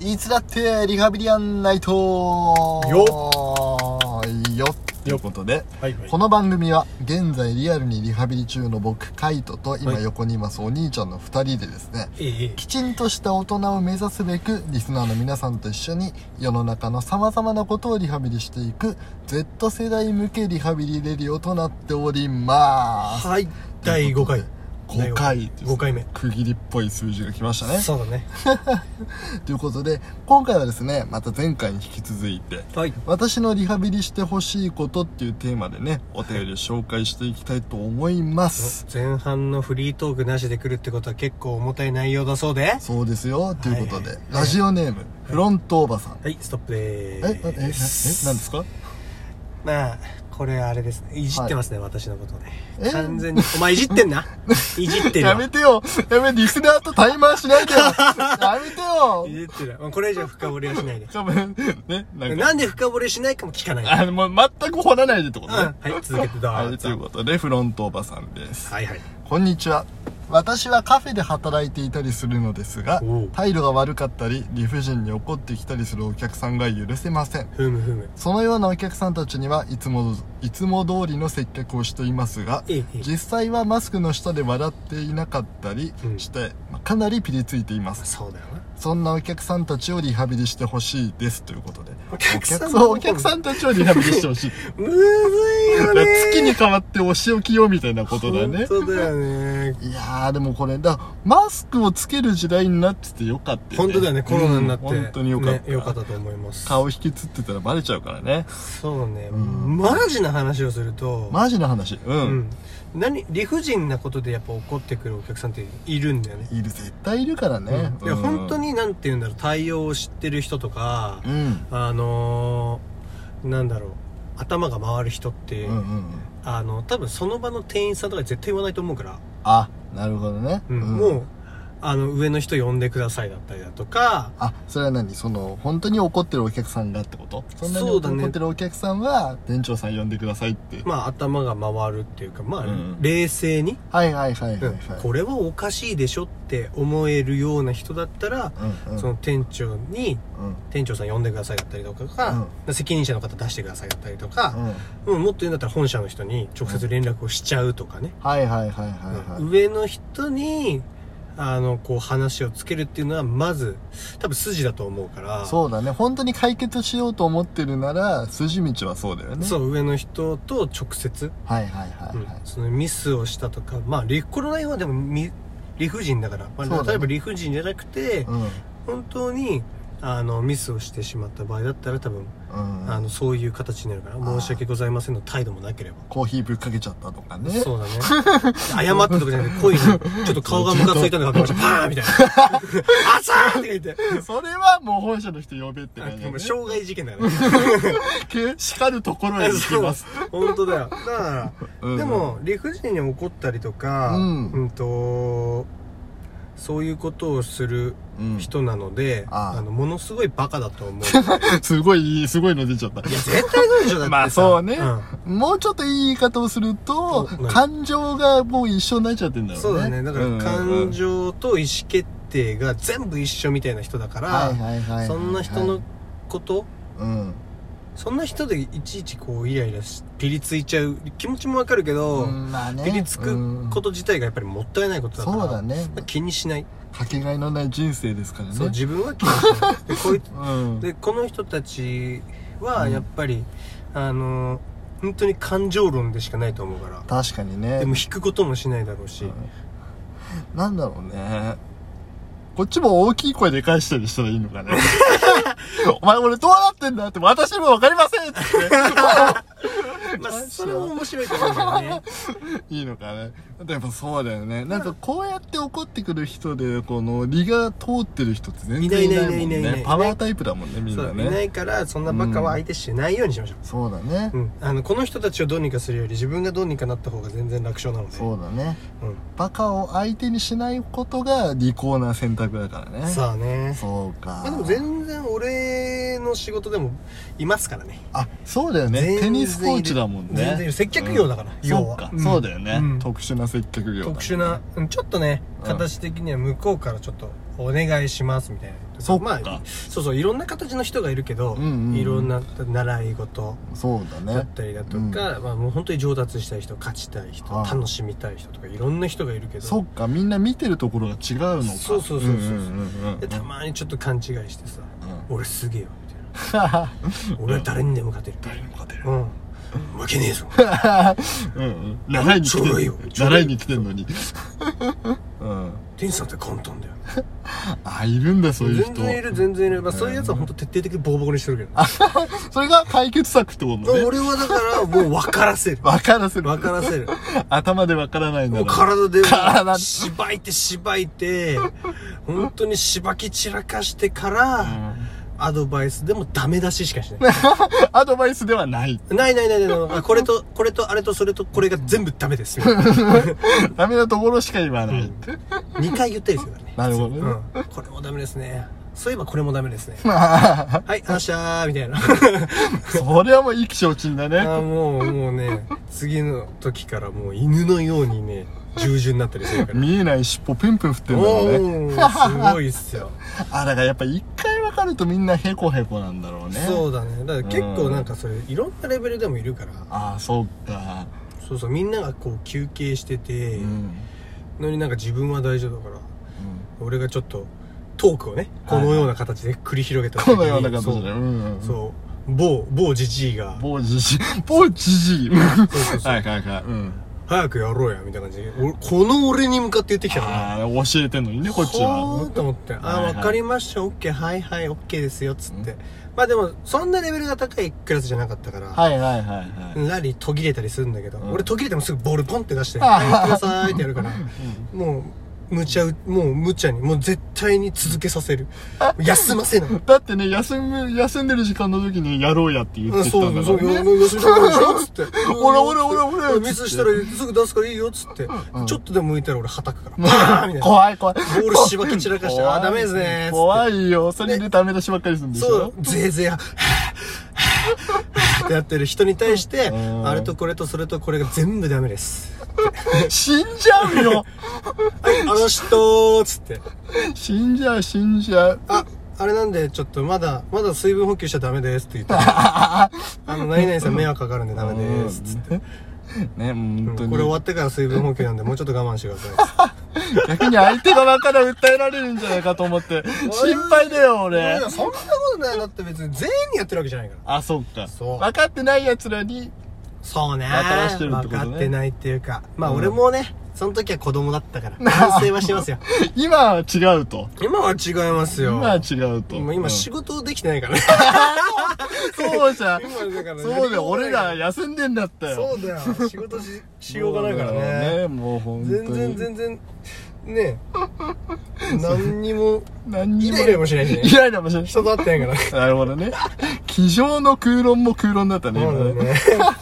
いつだってリハビリアンナイトよよということで、はいはいこの番組は現在リアルにリハビリ中の僕カイトと今はい横にいますお兄ちゃんの2人でですねええきちんとした大人を目指すべくリスナーの皆さんと一緒に世の中のさまざまなことをリハビリしていく Z 世代向けリハビリレディオとなっておりますはい第5回5回です5回目区切りっぽい数字が来ましたねそうだねということで今回はですねまた前回に引き続いてはい私のリハビリしてほしいことっていうテーマでねお便りを紹介していきたいと思います、前半のフリートークなしで来るってことは結構重たい内容だそうでそうですよということで、はいはいラジオネーム、フロントおばさん、はいストップでええええなんーですすかまあこれあれですねいじってますね、私のことねえ完全にお前いじって んないじってるわやめてよやめてリスナーとタイマーしないでよやめてよいじってるわまあこれ以上深掘りはしないでごめんねなんかなんで深掘りしないかも聞かないあのもう全く掘らないでってことね、うんはい続けてどうぞはいということでフロントおばさんですはいはいこんにちは私はカフェで働いていたりするのですがおう態度が悪かったり理不尽に怒ってきたりするお客さんが許せませんふむふむそのようなお客さんたちにはいつもいつも通りの接客をしていますがええええ実際はマスクの下で笑っていなかったりうんして、まあかなりピリついていますそうだよなそんなお客さんたちをリハビリしてほしいですということでお客さんおそうお客さんたちをリハビリしてほし いむずいよねー月に変わってお仕置きよみたいなことだね本当だよねいやーでもこれだマスクをつける時代になっててよかったよね本当だよね、コロナになって、うん本当によかった,、ね、よかったと思います顔引きつってたらバレちゃうからねそうね、んマジな話をすると、マジな話うん、うん、何理不尽なことでやっぱ怒ってくるお客さんっているんだよね、いる絶対いるからね、いや本当になんて言うんだろう対応を知ってる人とかう、んあのー、なんだろう頭が回る人って、うんうんうんあの多分その場の店員さんとか絶対言わないと思うから、あなるほどね、うんもうあの上の人呼んでくださいだったりだとかあそれは何その本当に怒ってるお客さんがってことそんなにそうだね怒ってるお客さんは、店長さん呼んでくださいって、まあ頭が回るっていうかまあ、うん冷静にはいはいはいはいはい、これはおかしいでしょって思えるような人だったら、うんうんその店長にうん店長さん呼んでくださいだったりとかが、責任者の方出してくださいだったりとか、うんうんもっと言うんだったら本社の人に直接連絡をしちゃうとかね、はいはいはいはいはい、上の人にあのこう話をつけるっていうのはまず多分筋だと思うからそうだね本当に解決しようと思ってるなら筋道はそうだよねそう上の人と直接、はいはいはいはい、うんそのミスをしたとかまあリこの内容はでもみ理不尽だから、まあそうだね例えば理不尽じゃなくて、うんうん本当にあのミスをしてしまった場合だったら多分、あのそういう形になるからあー申し訳ございませんの態度もなければコーヒーぶっかけちゃったとかねそうだね謝ったとかじゃなくて恋にちょっと顔がムカついたのがパーンみたい な「あちゃー!」って言ってそれはもう本社の人呼べって感じもうだ傷害事件だからね ね叱るところへ行き ます本当だよだから、うんでも理不尽に怒ったりとか、うんとそういうことをするうん人なので、あーのものすごいバカだと 思うすごいすごいの出ちゃったいや絶対そうでしょだってさ まあそうねんもうちょっといい言い方をするとそうね感情がもう一緒になっちゃってんだろうねそうだねだかうんうらん感情と意思決定が全部一緒みたいな人だから、はいはいはいはいそんな人のことうんそんな人でいちいちこうイライラしピリついちゃう気持ちもわかるけど、うんまあねピリつくこと自体がやっぱりもったいないことだから、そうだねまあ気にしない、かけがえのない人生ですからねそう自分は気にしないでこいつうんでこの人たちはやっぱり、あの本当に感情論でしかないと思うから確かにねでも引くこともしないだろうし、うんなんだろうね。こっちも大きい声で返したりしたらいいのか ね。お前俺どうなってんだって私もわかりませんっつって。 まあそれも面白いと思うんだよ ねいいのかね。だってやっぱそうだよね。なんかこうやって怒ってくる人で、この、利が通ってる人って全然いないもんね。いないいないいないいないパワータイプだもんね、みんそなういなね。いからそんなバカは相手しないようにしましょう、そうだね。うんあのこの人たちをどうにかするより自分がどうにかなった方が全然楽勝なのでそうだね。うバカを相手にしないことが利口な選択だからね。ん、さあねそうか。まあでも全然俺の仕事でもいますからねあそうだよ全然ねいるテニスコーチだもんね全然いる接客業だからうん要そはうか、うんそうだよね、うん特殊な接客業だ特殊なうんちょっとねうん形的には向こうからちょっとお願いしますみたいなとそっかまあ、そうそういろんな形の人がいるけど、うんうんうんいろんな習い事そうだだねったりだとか、まあ、もう本当に上達したい人勝ちたい人ああ楽しみたい人とかいろんな人がいるけどそっかみんな見てるところが違うのかそうそうそうそうでたたままにちょっと勘違いしてさ「俺すげえよ」み たいな「俺は誰にでも勝てる」誰にも勝てるうん負けね えぞうん うん習いに来てちょうどいいるよちょうど習いいいに来てん のにうん天さんって簡単だよ あいるんだそういう全人然いる全然いる、まあ、そういうやつは本当徹底的にボーボコにしてるけど、それが解決策ってことね俺はだからもう分からせる分からせる 分からせる頭で分からないなもうら体で体でしばいてしばいて本当にしばき散らかしてから、アドバイスでもダメ出ししかしないアドバイスではないないないないない ないあこれとこれとあれとそれとこれが全部ダメ ですみたいなダメなところしか言わない、うん2回言ったりするからねなるほどね、うん、これもダメですねそういえばこれもダメ ですねまあはいあっしゃーみたい なそれはもう意気消沈だねあーもうもうね次の時からもう犬のようにね従順になったりするから見えない尻尾ペンペン振ってんだおろうねーすごいっす よ、あだからやっぱ一回分かるとみんなヘコヘコなんだろうねそうだねだから結構なんかそれいろんなレベルでもいるからああそうか、そうそうみんながこう休憩してて、うんのになんか自分は大丈夫だから俺がちょっとトークをねこのような形で繰り広げた時こにのような形でそううんうんそう某某じじい が某じじい某じじいそうそうそうはいはいはい、うん、早くやろうやみたいな感じで俺この俺に向かって言ってきたからああ教えてんのにねこっちほーはっと思って「あはいはい分かりました OK はいはい OK ですよ」っつってまあでもそんなレベルが高いクラスじゃなかったから、はいはいはいはいラリー途切れたりするんだけど、ん俺途切れてもすぐボールポンって出して「あーはいください」ってやるから、もう無茶うもう無茶にもう絶対に続けさせる休ませないだってね、休む、休んでる時間の時にやろうやって言うっんてきそたんうだそかう、らよね。よし、よしよしっつって。おらおらおらおらミスしたらすぐ出すからいいよっつって。ちょっとでも向いたら俺はたくから。バーンみたいな。 怖い怖い。ボールしばき散らかして、怖いあ、ダメですねーっつって。怖いよ。それでダメ出しばっかりするんでしょそう、ぜいぜい、はぁ、はぁ、はぁってやってる人に対して、うんあれとこれとそれとこれが全部ダメです。 死んじゃうよはい、あの人ーっつって。死んじゃう、死んじゃう。あ、あれなんで、ちょっとまだ、まだ水分補給しちゃダメですっ て言って。あの、何々さん迷惑かかるんでダメですっつって。ね、本当これ終に。わってから水分補給なんで、もうちょっと我慢してください。逆に相手側から訴えられるんじゃないかと思って、心配だよ、俺いや。そんなことないだって別に全員にやってるわけじゃないからあ、そっか。そう分かってない奴らに、そうね分からしてるってことね分かってないっていうかまあうん俺もね、その時は子供だったから反省はし てますよ今は違うと。今は違いますよ今は違うと。もうう今ん仕事できてないからねそうじゃん。今だから そうだよ、俺らや休んでんだったよ。そうだよ仕事ししようがないからもうねもう本当に。全然全然ね何にも何イにも。ライラもしないしねイライラもしない。人と会ってないからなるほどね。机上の空論も空論だったね、そ今うだよね。ねそうだね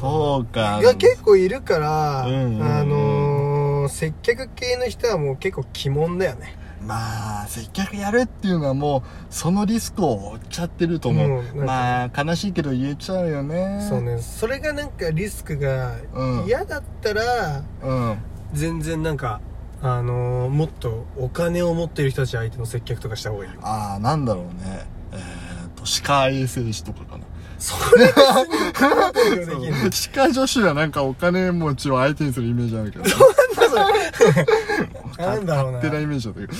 そうか。いや結構いるから、うんうんうんあのー、接客系の人はもう結構鬼門だよねまあ、接客やるっていうのはもう、そのリスクを負っちゃってると思う。うんまあ、悲しいけど言えちゃうよね。そう。ねそれがなんかリスクがうん嫌だったら、うん。全然なんかあのー、もっとお金を持ってる人たち相手の接客とかした方 がいいよああ、なんだろうね。えーと、歯科衛生士とかかな。それ別にできんのなんだ歯科女子はなんかお金持ちを相手にするイメージあるけど、それなんだろうな勝手なイメージだったけど。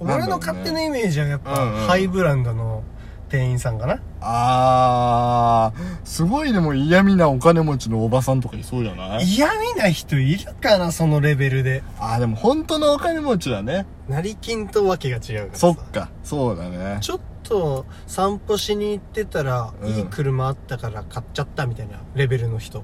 俺の勝手なイメージはやっぱ、うんうんハイブランドの店員さんかなあー、すごいでも嫌味なお金持ちのおばさんとかいそうじゃない嫌味な人いるかなそのレベルであー、でも本当のお金持ちだね。成金とわけが違うからさそっか、そうだね。ちょっと散歩しに行ってたら、うんいい車あったから買っちゃったみたいなレベルの人。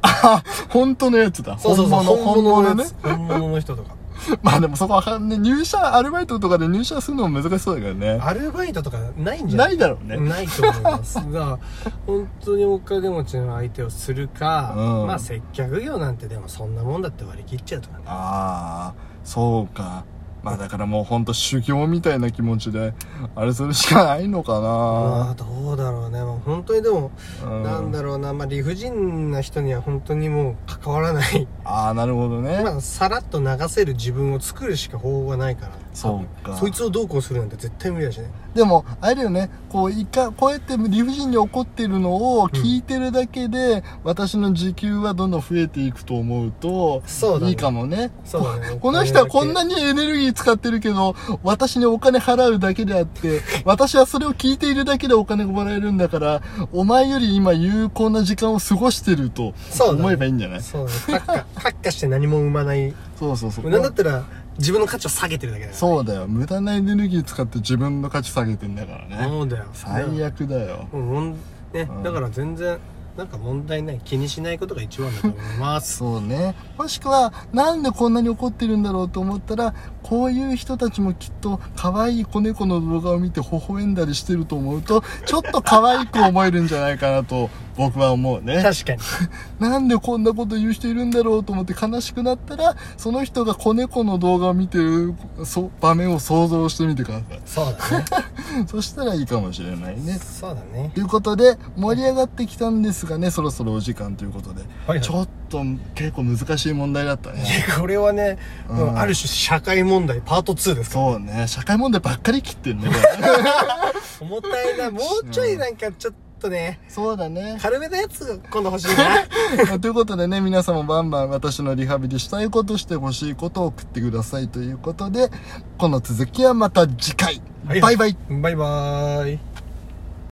本当のやつだ。そうそうそう、本物、本物ねや。つ本物の人とか。まあでもそこはね、入社、アルバイトとかで入社するのも難しそうだけどね。アルバイトとかないんじゃなないいだろうね。ないと思います。だから、本当にお金持ちの相手をするか、うんまあ接客業なんてでもそんなもんだって割り切っちゃうとかね。ああ、そうか。まあだからもうほんと修行みたいな気持ちで、あれするしかないのかまあな。どうだろうね。もう本当にでも、うなんだろうな、まあ理不尽な人には本当にもう関わらない。 ああ、なるほどね。まあさらっと流せる自分を作るしか方法がないから。そうかそいつをどうこうするなんて絶対無理だしねでもあれだよねこういかこうやって理不尽に怒ってるのを聞いてるだけで、私の時給はどんどん増えていくと思うとそうだねいいかもねそうだねこの人はこんなににエネルギー使ってるけど、私にお金払うだけであ って、私はそれを聞いているだけでお金がもらえるんだから、お前より今有効な時間を過ごしてるとそうだね思えばいいんじゃないそうだねカッカ カッカして何も生まないそうそうそうなんだったら自分の価値を下げてるだけだよそうだよ。無駄なエネルギー使って自分の価値下げてんだからね。そうだよ最悪だよ。もうもんねうんだから全然なんか問題ない気にしないことが一番だと思い ますそうね。もしくは、なんでこんなに怒ってるんだろうと思ったら、こういう人たちもきっと、可愛い子猫の動画を見て微笑んだりしてると思うと、ちょっと可愛く思えるんじゃないかなと、僕は思うね。確かになんでこんなこと言う人いるんだろうと思って悲しくなったら、その人が子猫の動画を見てるそ場面を想像してみてください。そうだねそしたらいいかもしれないね。そうだねということで、盛り上がってきたんですがね、そろそろお時間ということで。はいはいちょっと結構難しい問題だったね。 これはね、うんもうある種社会問題パート2ですかそうね。社会問題ばっかり切ってんね。 重たいなもうちょいなんかちょっとねそうだね。軽めのやつ今度欲しいなということでね、皆さんもバンバン私のリハビリしたいことしてほしいことを送ってくださいということで、この続きはまた次回。は いバイバイ。バイバーイ